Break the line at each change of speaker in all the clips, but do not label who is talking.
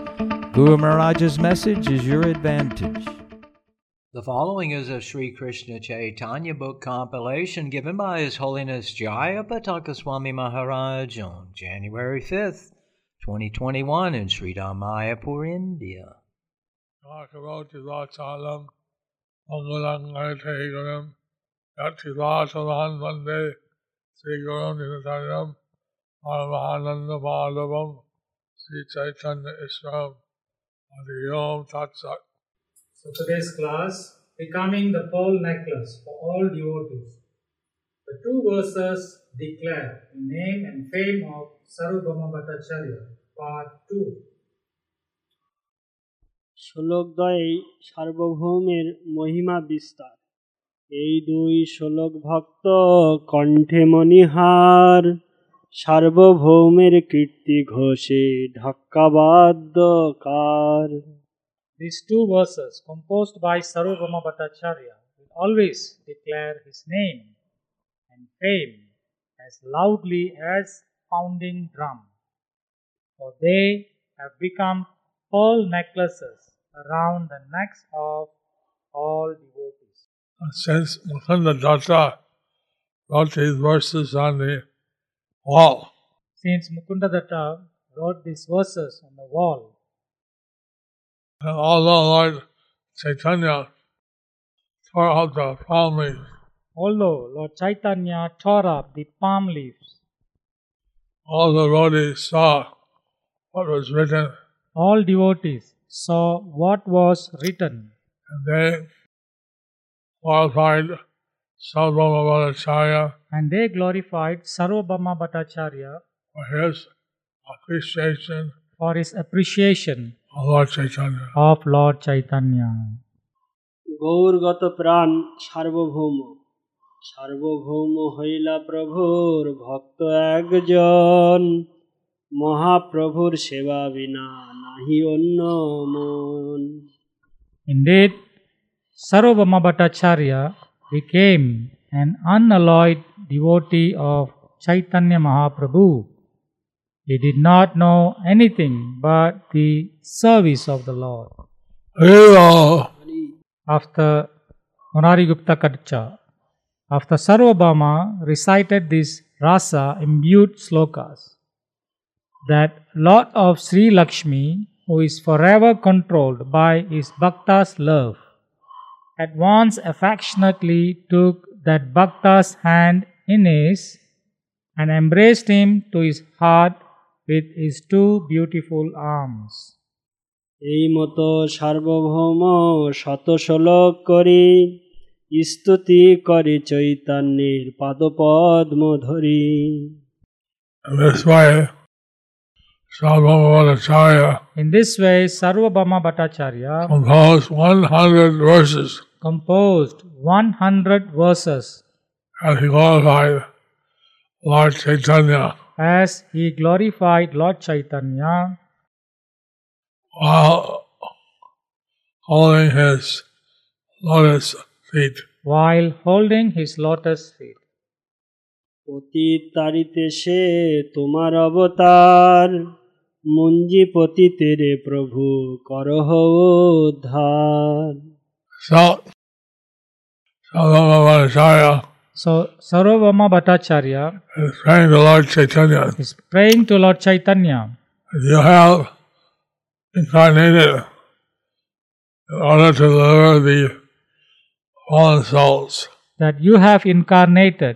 Guru Maharaj's message is your advantage.
The following is a Sri Krishna Chaitanya book compilation given by His Holiness Jaya Bhattakaswami Maharaj on January 5th, 2021 in Sri Mayapur, India.
Bhagavati Vachalam Mangalam Ganate Gunam Yati Vachalan Vande Sri Gunam Dinatarinam Paramahananda Madhavam Sri Chaitanya Ishram Adi Om Tat Sat
So today's class, becoming the pearl necklace for all devotees. The two verses declare the name and fame of Sarvabhauma Bhattacharya, part 2.
শ্লোকদ্বয়েই সার্বভৌমের মহিমা বিস্তার এই দুই শ্লোক ভক্ত কণ্ঠে মণিহার সার্বভৌমের কীর্তি ঘোষে ঢাক্কাবাদ্য কার
These two verses, composed by Sarvabhauma Bhattacharya, will always declare his name and fame as loudly as pounding drum. For they have become pearl necklaces around the necks of all devotees.
And since Mukunda Datta wrote these verses on the wall,
Since Mukundadatta wrote these verses on the wall,
and although Lord Chaitanya tore out the palm leaves,
although Lord Chaitanya tore up the palm leaves,
all the devotees saw what was written
all devotees saw what was written
and they qualified Sarvabhauma Bhattacharya
and they glorified Sarvabhauma Bhattacharya
for his appreciation
for his appreciation
of Lord Chaitanya.
of Lord Chaitanya.
গৌরগত প্রাণ সার্বভৌম সার্বভৌম হইলা প্রভুর ভক্ত একজন মহাপ্রভুর সেবা বিনা নাহি অন্য মন
Indeed, Sarvabhauma Bhattacharya became an unalloyed devotee of Chaitanya Mahaprabhu. He did not know anything but the service of the Lord.
Hero!
after Munari Gupta Kadcha. After Sarvabhauma recited these rasa imbued slokas, that Lord of Sri Lakshmi, who is forever controlled by his bhakta's love, at once affectionately took that bhakta's hand in his and embraced him to his heart with his two beautiful arms.
এই মতো সার্বভৌম শত শ্লোক করি স্তুতি করে চৈতন্যের পাদপদ্ম ধরি
In this way, Sarvabhauma Bhattacharya
In this way, Sarvabhauma Bhattacharya
composed 100 verses
composed 100 verses
and he glorified Lord Chaitanya
as he glorified Lord Chaitanya
while holding his lotus feet.
while holding his lotus feet.
পতিত তারিতে সে তোমার অবতার মুঞ্জি পতিতে রে প্রভু করহ উদ্ধার
So, Sarvabhauma Bhattacharya
So, Sarvabhauma Bhattacharya
is praying to Lord Chaitanya.
is praying to Lord Chaitanya
You have incarnated in order to deliver the fallen souls.
that you have incarnated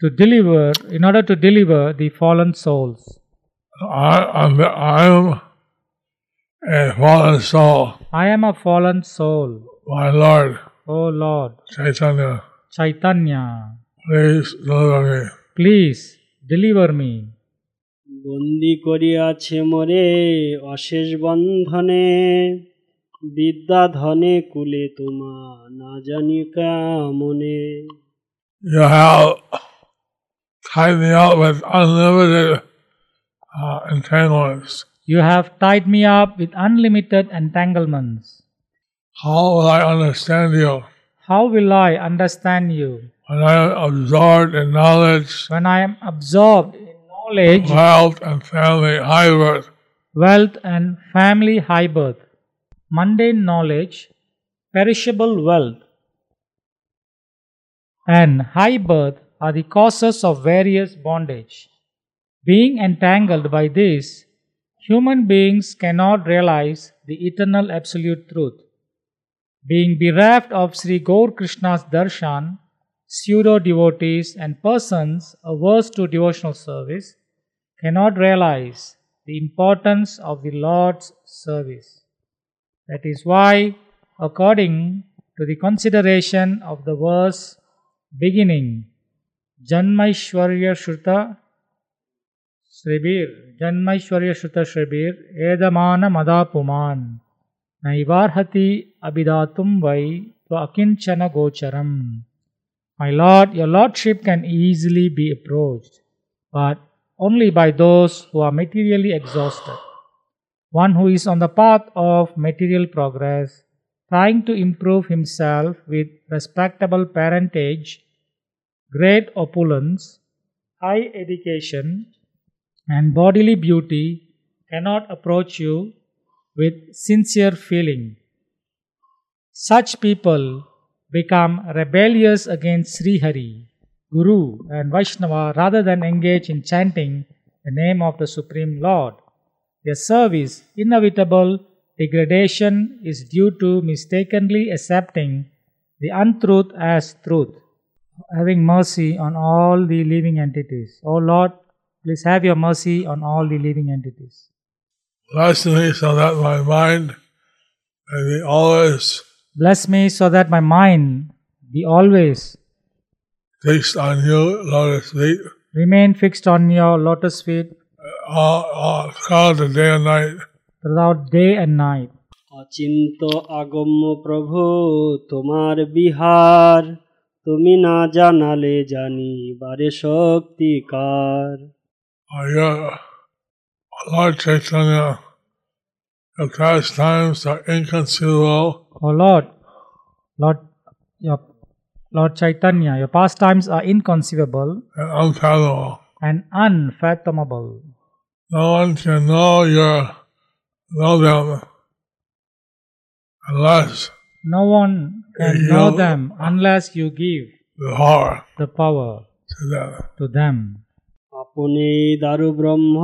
to deliver, in order to deliver the fallen souls.
I, I'm, I'm a fallen soul,
I am a fallen soul.
my Lord
O Lord
Chaitanya.
Chaitanya,
Please deliver me.
please deliver me.
বন্দি করিয়াছে মোরে অশেষ বন্ধনে বিদ্যা ধনে কুলে তোমা না জানি কামনে
You have tied me up with unlimited uh, entanglements.
You have tied me up with unlimited entanglements.
How will I understand you
How will I understand you
when I am absorbed in knowledge,
when I am absorbed in knowledge,
wealth, and family high worth?
wealth, and family high birth? Mundane knowledge, perishable wealth, and high birth are the causes of various bondage. Being entangled by this, human beings cannot realize the eternal absolute truth. Being bereft of Sri Gaur Krishna's darshan, pseudo devotees and persons averse to devotional service cannot realize the importance of the Lord's service. That is why, according to the consideration of the verse beginning, Janmaishwarya Shruta Sribir, Janmaishwarya Shruta Sribir, Edamana Madapuman, Naivarhati Abhidatum Vai Tvakinchana Gocharam. My Lord, your Lordship can easily be approached, but only by those who are materially exhausted. One who is on the path of material progress, trying to improve himself with respectable parentage, great opulence, high education, and bodily beauty, cannot approach you with sincere feeling. Such people become rebellious against Sri Hari, Guru, and Vaishnava rather than engage in chanting the name of the Supreme Lord. Their service, inevitable degradation, is due to mistakenly accepting the untruth as truth. Having mercy on all the living entities. O Lord, please have your mercy on all the living entities.
Bless me so that my mind may be always
Bless me so that my mind be always
fixed on you, lotus feet,
remain fixed on your lotus feet
all, all throughout the day and night.
throughout day and night.
Achinta আগম্য প্রভু তোমার বিহার তুমি না জানালে জানি বারে শক্তিকার
Oh, your Lord Chaitanya, your pastimes are inconceivable
O Lord, Lord, your, Lord Chaitanya, your pastimes are inconceivable
and unfathomable.
and unfathomable.
No one can know your know them unless
No one can
Yeah.
know them unless you give
the power
the power
to them.
to them.
আপনি দারু ব্রহ্ম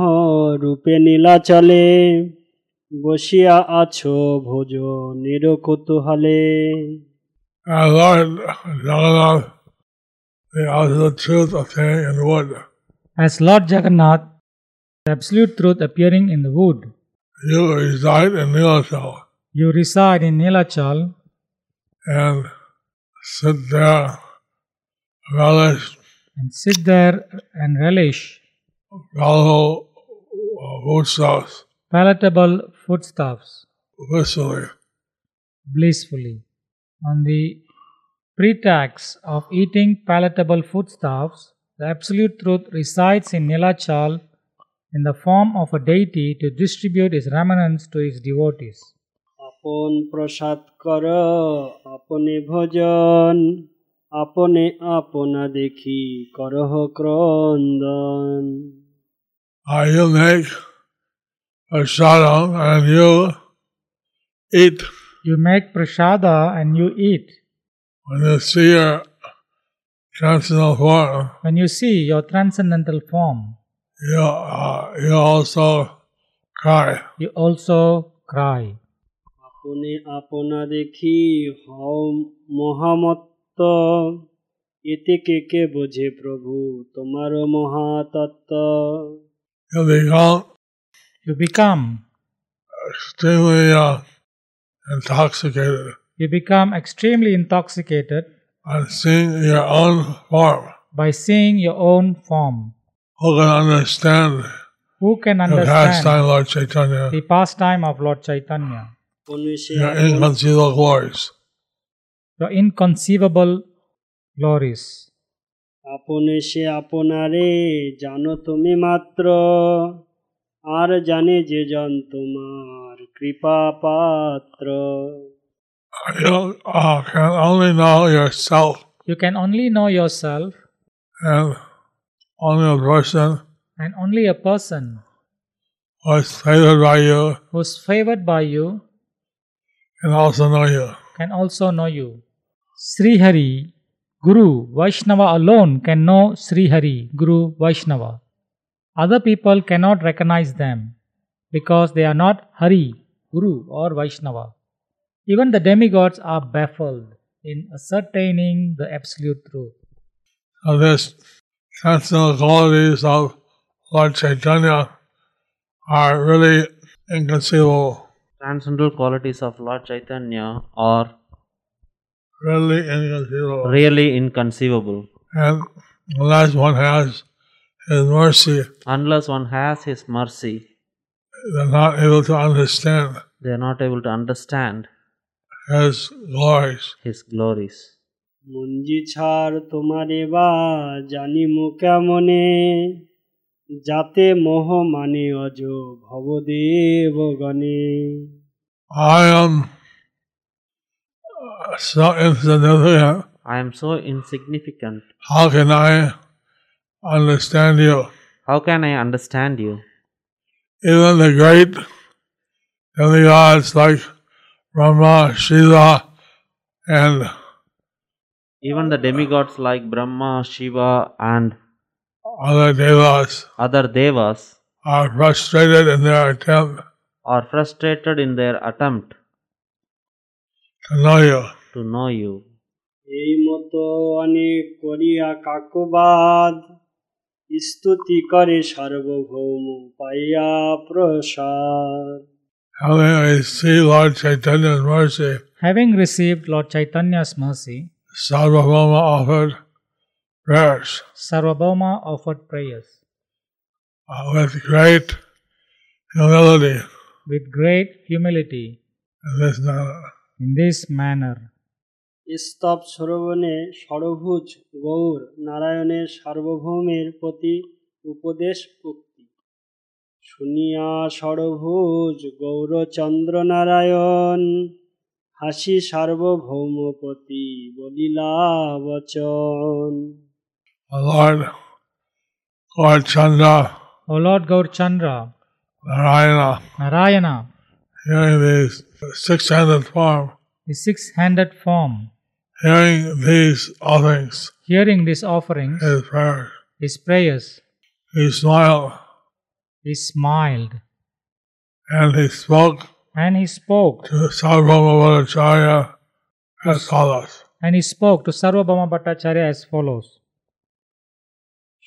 রূপে নীলা চলে বসিয়া আছো ভোজ নির কৌতূহলে
And Lord Jagannath, the absolute truth appearing in wood.
As Lord Jagannath, the absolute truth appearing in the wood,
You reside in Nilachal
you reside in Nilachal
and sit there, relish
and sit there and relish
fellow uh, foodstuffs
palatable foodstuffs
blissfully.
blissfully on the pretext of eating palatable foodstuffs the absolute truth resides in nilachal in the form of a deity to distribute his remnants to his devotees
আপন প্রসাদ কর আপনি ভোজন আপনি আপনা দেখি করহ ক্রন্দন
Uh, you make a shadam and you eat
you make prashada and you eat
when you see your transcendental form.
when you see your transcendental form
You, uh, you also cry.
you also cry
আপনি আপনা দেখি হও মহামত্ত এতে কে কে বোঝে প্রভু তোমার মহাতত্ত্ব
You become
you become
extremely uh, intoxicated
you become extremely intoxicated
on seeing your own form.
by seeing your own form
Who can understand
Who Who can
The past
understand
time, Lord Chaitanya,
the pastime of Lord Chaitanya,
उन्नीसशे
your
अठावन-
inconceivable glories.
the inconceivable glories?
আপনে সে আপনারে জানো তুমি মাত্র আর জানে যে জন তোমার কৃপা পাত্র
You uh, can only know yourself
You can only know yourself
and only a person
and only a person
who is favored by you
who's favored by you
can also know you.
can also know you. Sri Hari, Guru, Vaishnava alone can know Sri Hari, Guru, Vaishnava. Other people cannot recognize them because they are not Hari, Guru, or Vaishnava. Even the demigods are baffled in ascertaining the absolute truth.
So these transcendental qualities of Lord Chaitanya are really inconceivable,
Transcendental qualities of Lord Chaitanya are
really inconceivable.
really inconceivable.
and unless one has His mercy,
Unless one has His mercy,
they're not able to understand
they are not able to understand
His glories.
His glories.
Manji ছাড় তোমারে বা জানি মো কেমনে যাতে মোহ মানে অজ ভবদেব গণে
I am uh, so insignificant.
I am so insignificant.
How can I understand you?
How can I understand you?
Even the great demigods like Brahma, Shiva, and
Even the demigods like Brahma, Shiva, and
other devas
other devas
are frustrated in their attempt
are frustrated in their attempt
to know you.
to know you.
এই মতো অনেক করিয়া কাকবাদ স্তুতি করে সার্বভৌম পাইয়া প্রসাদ
Having received Lord Chaitanya's mercy,
Having received Lord Chaitanya's mercy,
Sarvabhauma offered prayers
Sarvabhauma offered prayers
uh, with great humility
with great humility
in this manner.
in this manner.
স্তব শ্রবণে সরভুজ গৌর নারায়ণের সার্বভৌমের প্রতি উপদেশ উক্তি শুনিয়া সরভুজ গৌরচন্দ্র নারায়ণ হাসি সার্বভৌমপতি বলিলা বচন
The Lord, Lord Chandra,
O Lord Gaurchandra,
Narayana,
Narayana,
hearing these six-handed form,
the six-handed form,
hearing these offerings,
hearing these offerings,
his prayers,
his prayers,
he smiled
he smiled
and he spoke
and he spoke
to Sarvabhauma Bhattacharya as follows.
and he spoke to Sarvabhauma Bhattacharya as follows.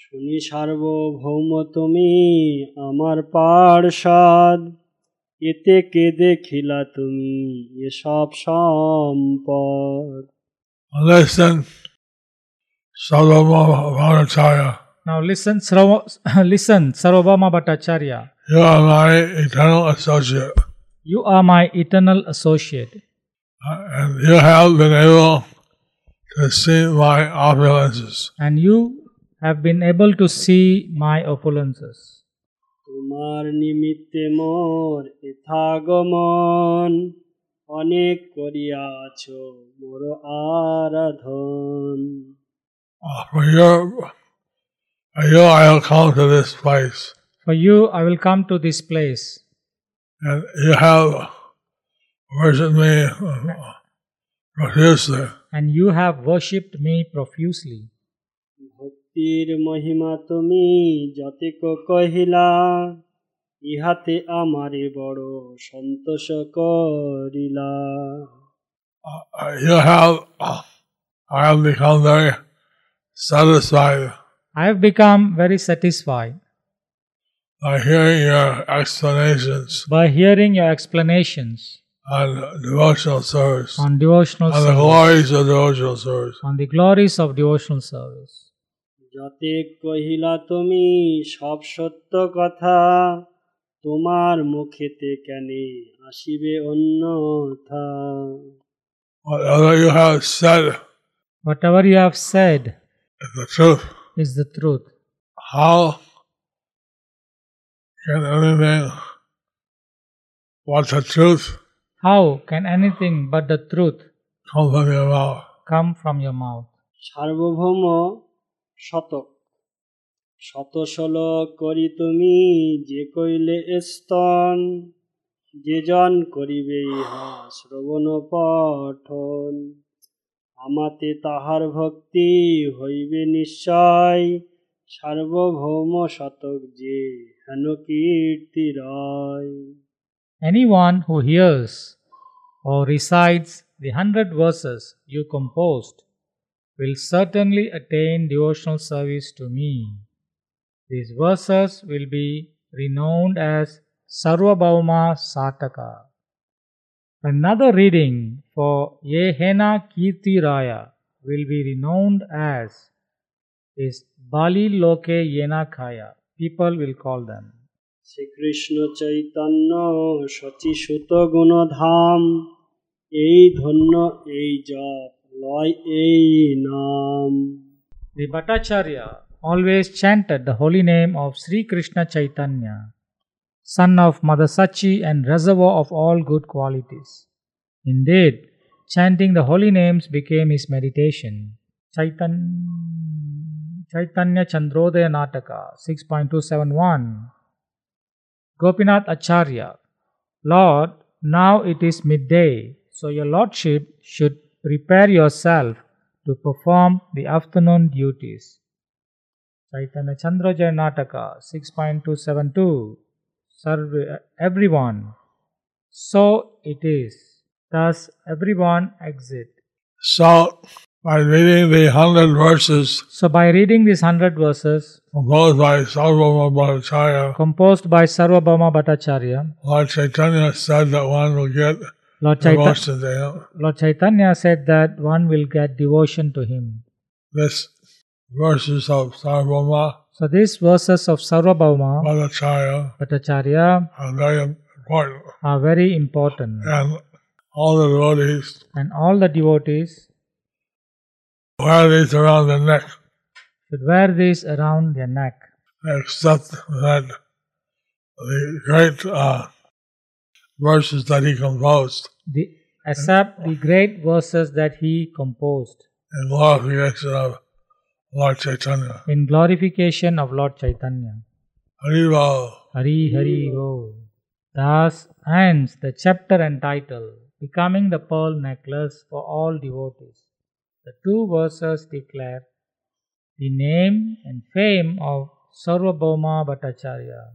শুনি সার্বভৌম তুমি আমার পার্ষদ এতে কে দেখিলা তুমি এসব সম্পদ
Listen, Sarvabhauma Bhattacharya,
Now listen, Sarva, listen, Sarvabhauma Bhattacharya,
you are my eternal associate,
you are my eternal associate,
uh, and you have been able to see my opulences.
and you have been able to see my opulences.
তোমার নিমিত্তে মোর এথাগমন অনেক করিয়াছ মোর Aradhan
Uh, For your, for you, I have come to this place,
For you, I will come to this place,
and you have worshipped me uh, profusely.
and you have worshipped me profusely.
ভক্তির মহিমা তুমি যতেক কহিলা ইহাতে আমারে বড় সন্তোষ করিলা
Uh, You have, uh, I have become very satisfied
I have become very satisfied
by hearing your explanations
by hearing your explanations
on devotional service.
on devotional
on the
service,
glories of the original service.
on the glories of devotional service.
যতে কহিলা তুমি সব সত্য কথা তোমার মুখেতে কেন আসিবে অন্যথা
Whatever you have said
Whatever you have said
is the truth.
is the truth.
How can anything but the truth
How can anything but the truth
come from your mouth?
come from your mouth?
সার্বভৌম শতক শত ষোল করি তুমি যে কইলে স্তন যেজন করিবে ইহা শ্রবণ পঠন আমাতে তাহার ভক্তি হইবে নিশ্চয় সার্বভৌম শতক যে হেন কীর্তি রয়
Anyone who hears or recites the hundred verses you composed will certainly attain devotional service to me. These verses will be renowned as Sarvabhauma Sataka. Another reading for Yehena Kirti Raya will be renowned as is Bali Loke Yena Khaya. People will call them.
Shrikrishna Chaitanya শচিসূত গুণধাম এই ধন্য এই জপ লয় এই নাম
The Bhattacharya always chanted the holy name of Sri Krishna Chaitanya, son of Madasachi and reservoir of all good qualities. Indeed, chanting the holy names became his meditation. Chaitan- Chaitanya Chandrodaya Nataka 6.271 Gopinath Acharya Lord, now it is midday, so your lordship should prepare yourself to perform the afternoon duties. Chaitanya Chandrajaya Nataka 6.272 Serve everyone. So it is. Thus everyone exit.
So, by reading the hundred verses
So by reading these hundred verses
composed by Sarvabhauma Bhattacharya,
composed by Sarvabhauma Bhattacharya,
Lord Chaitanya said that one will get
Lord Chaitanya,
devotion to him.
Lord Chaitanya said that one will get devotion to him.
This verses of Sarvabhauma
So these verses of Sarvabhauma
Bhattacharya
Bhattacharya
are very important.
are very important.
And all the devotees
and all the devotees
wear these around the neck.
should wear these around their neck,
except that the great uh, verses that he composed
the, except the great verses that he composed
in glorification of Lord Chaitanya.
in glorification of Lord Chaitanya.
Haribo,
Hari Hari Ho. Thus ends the chapter entitled Becoming the Pearl Necklace for All Devotees. The two verses declare the name and fame of Sarvabhauma Bhattacharya.